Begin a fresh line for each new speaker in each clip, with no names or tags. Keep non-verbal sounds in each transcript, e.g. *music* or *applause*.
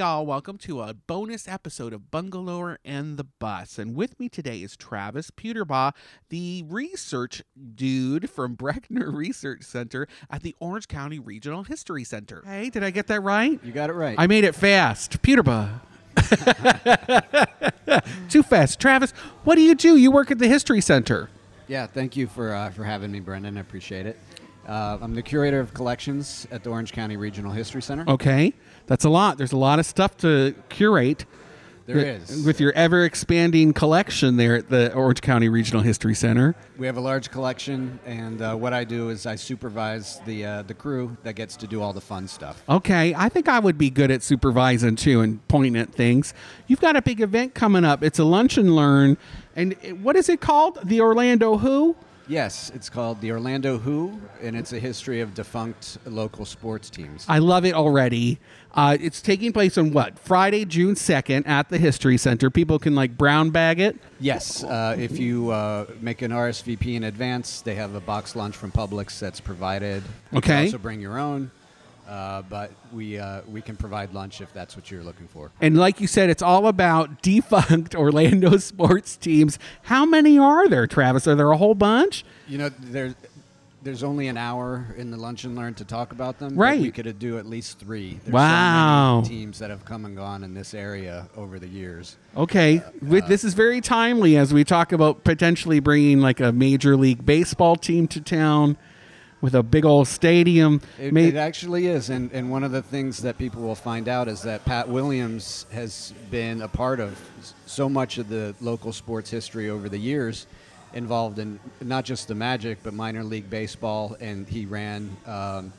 all. Welcome to a bonus episode of Bungalower and the Bus. And with me today is Travis Peterbaugh, the research dude from *laughs* Breckner Research Center at the Orange County Regional History Center. Hey, did I get that right?
You got it right.
I made it fast. Peterbaugh. *laughs* Too fast. Travis, what do you do? You work at the History Center.
yeah, thank you for uh, for having me, Brendan. I appreciate it. Uh, I'm the curator of collections at the Orange County Regional History Center.
Okay, that's a lot. There's a lot of stuff to curate.
There
with,
is.
with your ever expanding collection there at the Orange County Regional History Center.
We have a large collection, and uh, what I do is I supervise the uh, the crew that gets to do all the fun stuff.
Okay, I think I would be good at supervising too and pointing at things. You've got a big event coming up. It's a lunch and learn, and it- what is it called? The Orlando Who?
Yes, it's called the Orlando Who, and it's a history of defunct local sports teams.
I love it already. Uh, it's taking place on what Friday, June second, at the History Center. People can like brown bag it.
Yes, uh, if you uh, make an RSVP in advance, they have a box lunch from Publix that's provided. You can
Okay.
also bring your own, uh, but we uh, we can provide lunch if that's what you're looking for.
And like you said, it's all about *laughs* defunct Orlando sports teams. How many are there, Travis? Are there a whole bunch?
You know, there, there's only an hour in the lunch and learn to talk about them. but We
Right.
could do at least three. There's so many
Wow.
teams that have come and gone in this area over the years.
Okay,
Uh,
with, this is very timely as we talk about potentially bringing like a major league baseball team to town with a big old stadium.
It,
May-
it uh, actually is, and, and one of the things that people will find out is that Pat Williams has been a part of s- so much of the local sports history over the years, involved in not just the Magic but minor league baseball, and he ran um,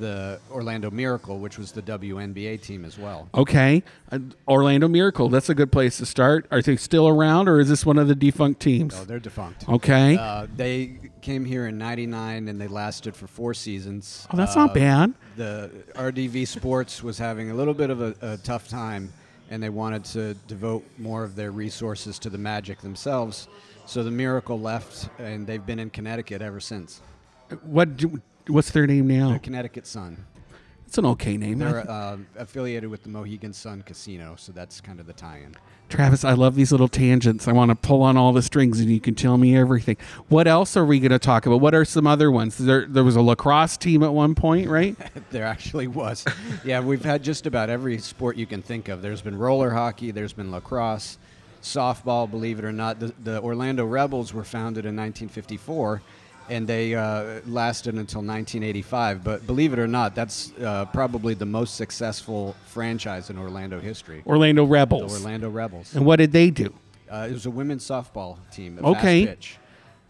the Orlando Miracle, which was the WNBA team as well.
okay, uh, Orlando Miracle. That's a good place to start. Are they still around, or is this one of the defunct teams?
Oh, they're defunct.
Okay.
Uh, they came here in '99 and they lasted for four seasons. Uh,
Oh, that's not bad.
The RDV Sports was having a little bit of a, a tough time, and they wanted to devote more of their resources to the Magic themselves. So the Miracle left, and they've been in Connecticut ever since.
what do, what's their name now?
The Connecticut Sun.
It's an okay name. I *laughs*
They're uh, affiliated with the Mohegan Sun Casino, so that's kind of the tie-in.
Travis, I love these little tangents. I want to pull on all the strings, and you can tell me everything. What else are we going to talk about? What are some other ones? There, there was a lacrosse team at one point, right?
There actually was. *laughs* yeah, we've had just about every sport you can think of. There's been roller hockey, there's been lacrosse, softball, believe it or not. The, the Orlando Rebels were founded in 1954 and they uh, lasted until 1985. But believe it or not, that's uh, probably the most successful franchise in Orlando history.
Orlando
The
Rebels.
Orlando Rebels.
And what did they do?
Uh, it was a women's softball team. a
Okay.
Fast pitch.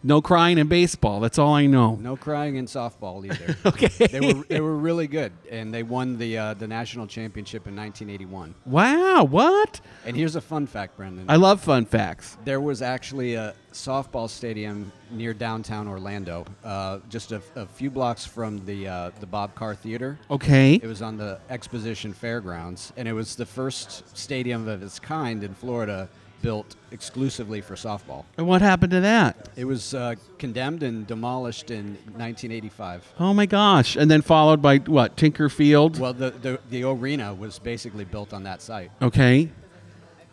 No crying in baseball. That's all I know.
No crying in
*laughs*
softball either. okay. They were they were really good, and they won the uh, the national championship in 1981.
Wow, what?
And here's a fun fact, Brendan.
I love fun facts.
there was actually a softball stadium near downtown Orlando, uh, just a, a few blocks from the uh, the Bob Carr Theater.
Okay.
It was on the Exposition Fairgrounds, and it was the first stadium of its kind in Florida built exclusively for softball.
And what happened to that?
It was uh, condemned and demolished in 1985.
Oh my gosh. And then followed by what? Tinker Field?
Well, the, the, the arena was basically built on that site.
Okay.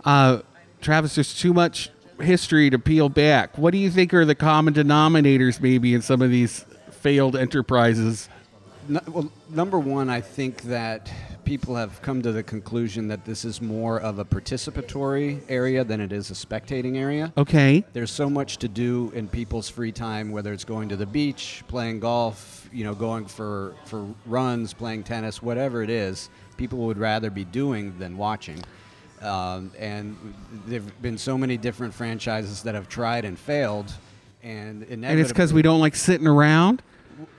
Uh, Travis, there's too much history to peel back. What do you think are the common denominators, maybe, in some of these failed enterprises?
No, well, number one, I think that people have come to the conclusion that this is more of a participatory area than it is a spectating area.
Okay.
There's so much to do in people's free time, whether it's going to the beach, playing golf, you know, going for, for runs, playing tennis, whatever it is, people would rather be doing than watching. Um, and there've been so many different franchises that have tried and failed, and inevitably.
And it's because we don't like sitting around.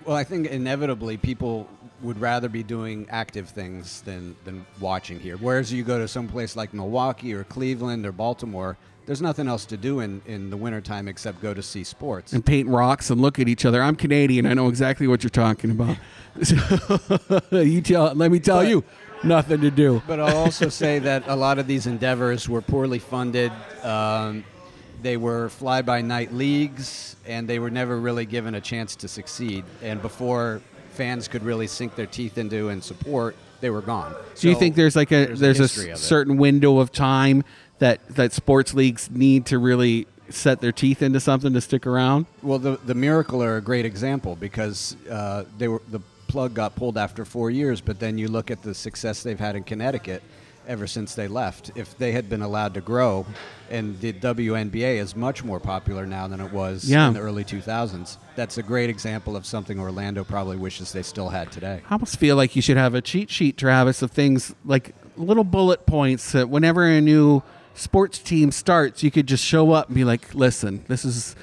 Well, I think inevitably people would rather be doing active things than, than watching here. Whereas you go to some place like Milwaukee or Cleveland or Baltimore, there's nothing else to do in, in the wintertime except go to see sports.
and paint rocks and look at each other. I'm Canadian. I know exactly what you're talking about. *laughs* So, *laughs* you tell. Let me tell you, nothing to do.
But I'll also say that a lot of these endeavors were poorly funded. Um, they were fly by night leagues, and they were never really given a chance to succeed. And before fans could really sink their teeth into and support, they were gone.
Do you think there's like a there's,
a
a,
history of
s-
it.
certain window of time that that sports leagues need to really set their teeth into something to stick around?
Well, the the miracle are a great example because uh, they were the plug got pulled after four years, but then you look at the success they've had in Connecticut ever since they left. If they had been allowed to grow, and the WNBA is much more popular now than it was
Yeah.
in the early 2000s. That's a great example of something Orlando probably wishes they still had today.
I almost feel like you should have a cheat sheet, Travis, of things like little bullet points that whenever a new sports team starts, you could just show up and be like, "Listen, this is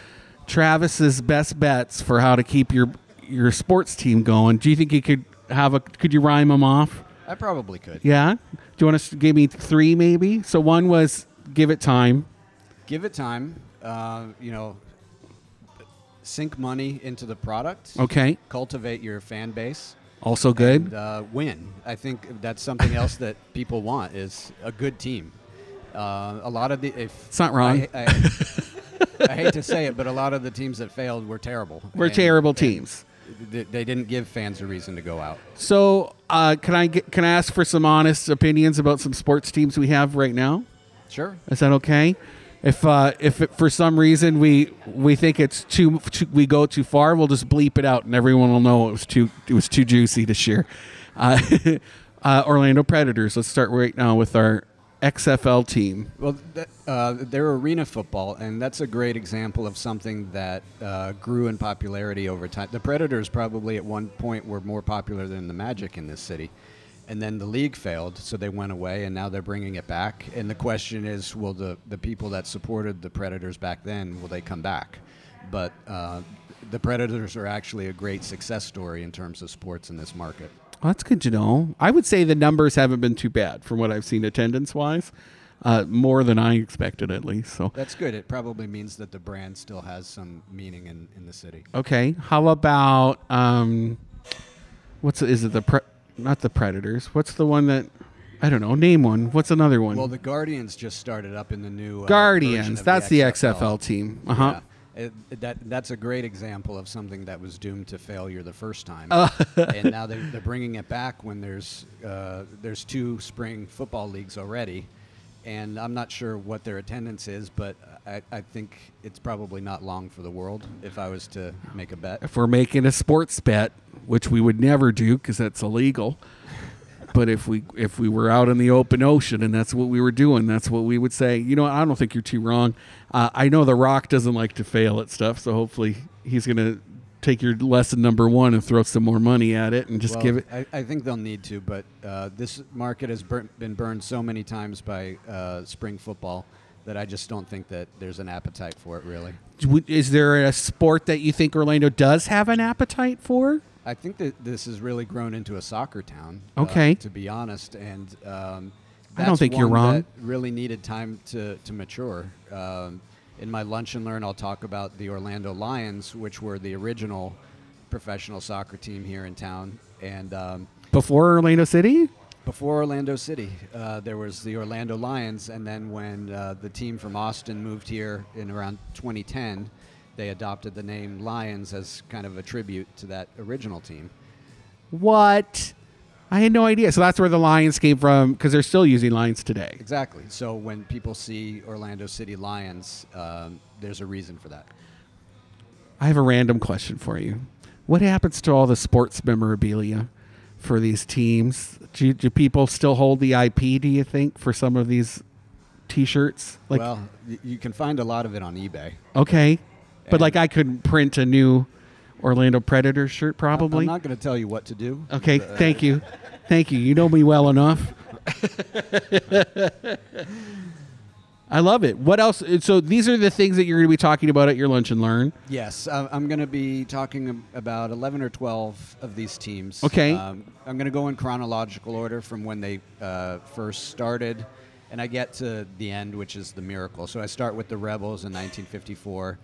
Travis's best bets for how to keep your your sports team going." Do you think you could have a? Could you rhyme them off?
I probably could.
Yeah. Do you want to s- give me three, maybe? So one was give it time.
Give it time. Uh, you know, sink money into the product.
Okay.
Cultivate your fan base.
Also good.
and, uh, win. I think that's something else that people want is a good team. Uh, a lot of the if
It's not wrong.
I, I, I hate to say it, but a lot of the teams that failed were terrible.
We're
And-
terrible
and
teams.
th- They didn't give fans a reason to go out.
So uh, can I get, can I ask for some honest opinions about some sports teams we have right now?
Sure.
Is that okay? If uh, if it, for some reason we we think it's too, too we go too far, we'll just bleep it out, and everyone will know it was too it was too juicy to share. *laughs* Uh, uh, Orlando Predators. Let's start right now with our XFL team.
Well, th- uh, they're arena football, and that's a great example of something that uh, grew in popularity over time. The Predators probably at one point were more popular than the Magic in this city, and then the league failed, so they went away, and now they're bringing it back. And the question is, will the the people that supported the Predators back then will they come back? But uh, the Predators are actually a great success story in terms of sports in this market.
Well, that's good to know. I would say the numbers haven't been too bad from what I've seen attendance wise, uh, more than I expected at least. So
That's good. It probably means that the brand still has some meaning in, in the city.
okay, how about um, what's is it the pre- not the Predators? What's the one that I don't know? Name one. What's another one?
Well, the Guardians just started up in the new uh, version
Guardians.
of
That's the XFL, team. Uh huh.
Yeah. It- that that's a great example of something that was doomed to failure the first time,
Uh, *laughs*
and now they're, they're bringing it back when there's uh, there's two spring football leagues already, and I'm not sure what their attendance is, but I, I think it's probably not long for the world if I was to make a bet.
If we're making a sports bet, which we would never do because that's illegal. But if we if we were out in the open ocean and that's what we were doing, that's what we would say. You know, I don't think you're too wrong. Uh, I know The Rock doesn't like to fail at stuff, so hopefully he's gonna take your lesson number one and throw some more money at it and just
Well,
give it.
I, I think they'll need to, but uh, this market has burnt, been burned so many times by uh, spring football that I just don't think that there's an appetite for it. Really,
Would- Is there a sport that you think Orlando does have an appetite for?
I think that this has really grown into a soccer town.
Okay.
uh, to be honest, and um,
I don't
that's
think you're
one
wrong.
That really needed time to to mature. Um, in my lunch and learn, I'll talk about the Orlando Lions, which were the original professional soccer team here in town, and. Um,
Before Orlando City?
Before Orlando City, uh, there was the Orlando Lions, and then when uh, the team from Austin moved here in around 2010, they adopted the name Lions as kind of a tribute to that original team.
What? I had no idea. So that's where the lions came from because they're still using lions today.
Exactly. So when people see Orlando City Lions, um, there's a reason for that.
I have a random question for you. What happens to all the sports memorabilia for these teams? Do, do people still hold the IP, do you think, for some of these t shirts? Like,
well, y- you can find a lot of it on eBay.
okay. But
And-
like, I could print a new Orlando Predator shirt probably.
I'm not going to tell you what to do.
okay. Thank you. Thank you. You know me well enough. *laughs* I love it. What else? So these are the things that you're going to be talking about at your lunch and learn.
Yes, I- I'm going to be talking ab- about 11 or 12 of these teams.
Okay.
Um, I'm going to go in chronological order from when they uh, first started, and I get to the end, which is the miracle. So I start with the Rebels in 1954,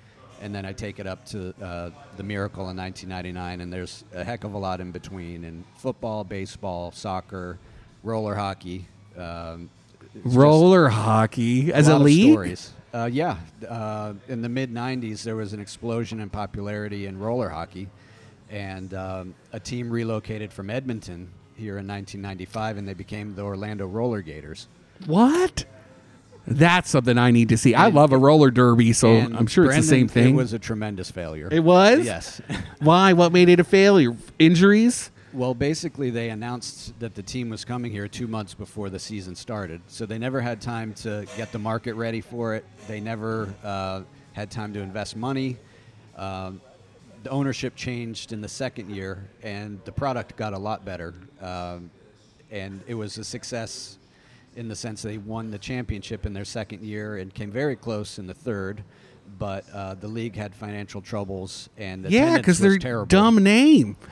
and then I take it up to uh, the miracle in 1999, and there's a heck of a lot in between in football, baseball, soccer, roller hockey. Um, it's just-
Roller hockey as a
lot of
league.
stories. Uh, yeah, uh, in the mid '90s, there was an explosion in popularity in roller hockey, and um, a team relocated from Edmonton here in 1995, and they became the Orlando Roller Gators.
What? That's something I need to see. I love a roller derby, so
And
Oh, I'm sure it's the same
Brendan,
thing.
It was a tremendous failure.
It was?
Yes. *laughs*
Why? What made it a failure? Injuries?
Well, basically, they announced that the team was coming here two months before the season started, so they never had time to get the market ready for it. They never uh, had time to invest money. Um, the ownership changed in the second year, and the product got a lot better. Um, and it was a success in the sense they won the championship in their second year and came very close in the third. But uh, the league had financial troubles, and the
Yeah,
attendance
because
was
their
terrible.
dumb name.
they-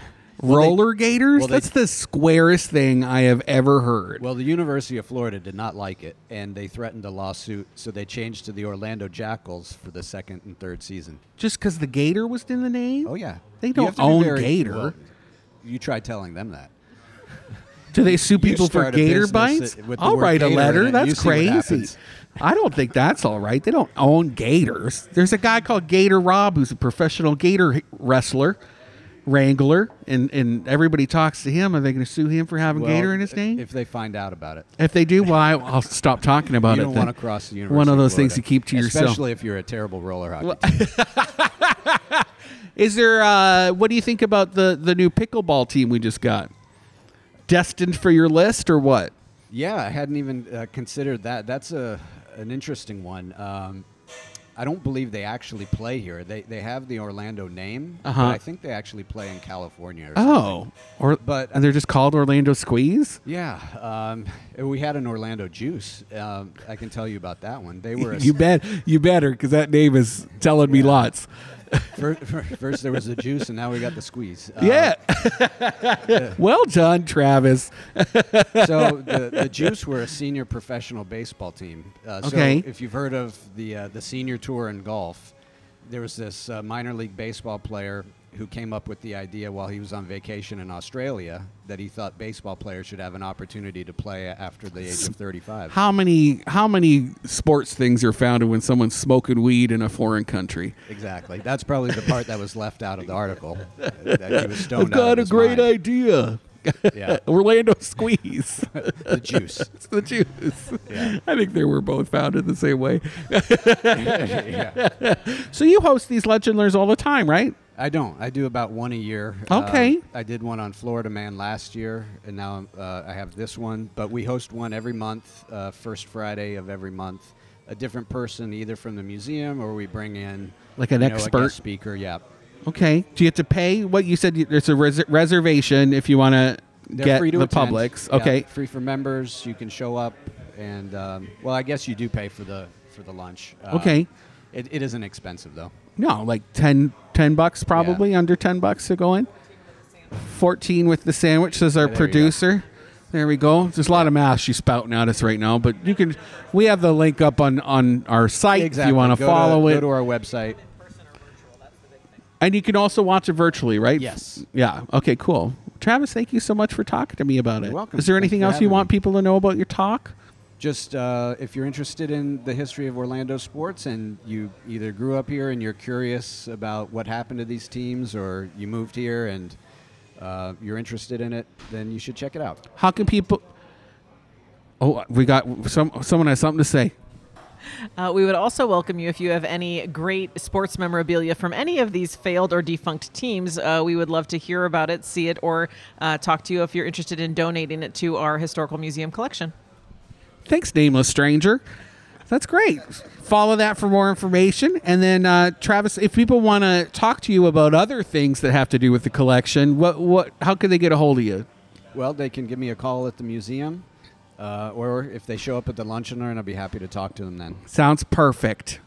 roller Gators?
well, they-
That's the squarest thing I have ever heard.
Well, the University of Florida did not like it, and they threatened a lawsuit, so they changed to the Orlando Jackals for the second and third season.
Just because the gator was in the name?
Oh yeah,
They
You
don't
have to be
own
very-
Gator.
you try telling them that.
Do they sue people for
start a
gator
business
bites?
that- with the
I'll
word
write a
gator in
letter.
it, you
That's
see what
crazy.
happens.
I don't think that's all right. They don't own gators. There's a guy called Gator Rob who's a professional gator wrestler, wrangler, and, and everybody talks to him. Are they going to sue him for having
Well,
gator in his name?
If they find out about it,
If they do, why I'll stop talking about
you
it.
don't
then.
want to cross the University.
One of those
Florida,
things you keep to yourself.
especially if you're a terrible roller
*laughs*
hockey. team.
Is there? Uh, what do you think about the the new pickleball team we just got? Destined for your list or what?
Yeah, I hadn't even uh, considered that. That's a an interesting one. Um, I don't believe they actually play here. They they have the Orlando name,
Uh-huh.
but I think they actually play in California. Or
Oh, or
But-
and they're just called Orlando Squeeze.
Yeah, um, *laughs* we had an Orlando Juice. Um, I can tell you about that one. They were a,
*laughs* You bet. You better because that name is telling me lots.
fir- fir- first there was the Juice, and now we got the Squeeze. Uh,
yeah. *laughs* well done, Travis.
so the, the Juice were a senior professional baseball team. Uh, so
Okay.
If you've heard of the uh, the senior tour in golf, there was this uh, minor league baseball player who came up with the idea while he was on vacation in Australia that he thought baseball players should have an opportunity to play after the age of 35.
How many how many sports things are founded when someone's smoking weed in a foreign country?
Exactly. That's probably the part that was left out of the
*laughs*
article. that he was stoned
I've
out of
got a
his
great
mind.
idea.
Yeah,
Orlando Squeeze. *laughs*
the juice.
It's the Jews.
Yeah.
I think they were both founded the same way.
yeah.
So you host these legenders all the time, right?
I don't. I do about one a year.
Okay.
Um, I did one on Florida Man last year, and now uh, I have this one. But we host one every month, uh, first Friday of every month. A different person, either from the museum or we bring in
Like an
you know, a
expert?
guest speaker. Yeah.
Okay. Do you have to pay what you said? you- There's a res- reservation if you want to
They're
get
free to
the
attend.
Publix.
Yeah,
Okay.
free for members. You can show up, and um, well, I guess you do pay for the for the lunch. Um,
Okay.
It, it isn't expensive though.
No, like 10, 10 bucks probably, under 10 bucks to go in. 14 with the sandwich, says our
there you go.
producer. There we go. There's a lot of math she's spouting at us right now, but you can. We have the link up on on our site if
Exactly.
you want
Go
to follow
Go
it,
to our website.
and you can also watch it virtually, right?
Yes.
Yeah. Okay. Cool. Travis, thank you so much for talking to me about it. Is
You're welcome.
there
Thanks
anything
for
else you
having
want
me.
people to know about your talk?
Just uh, if you're interested in the history of Orlando sports and you either grew up here and you're curious about what happened to these teams or you moved here and uh, you're interested in it, then you should check it out.
How can people? Oh, we got some. Someone has something to say.
Uh, we would also welcome you if you have any great sports memorabilia from any of these failed or defunct teams. Uh, we would love to hear about it, see it, or uh, talk to you if you're interested in donating it to our historical museum collection.
Thanks, nameless stranger. That's great. Follow that for more information. And then, uh, Travis, if people want to talk to you about other things that have to do with the collection, what, what, how can they get a hold of you?
Well, they can give me a call at the museum uh, or if they show up at the luncheon, and I'll be happy to talk to them then.
Sounds perfect.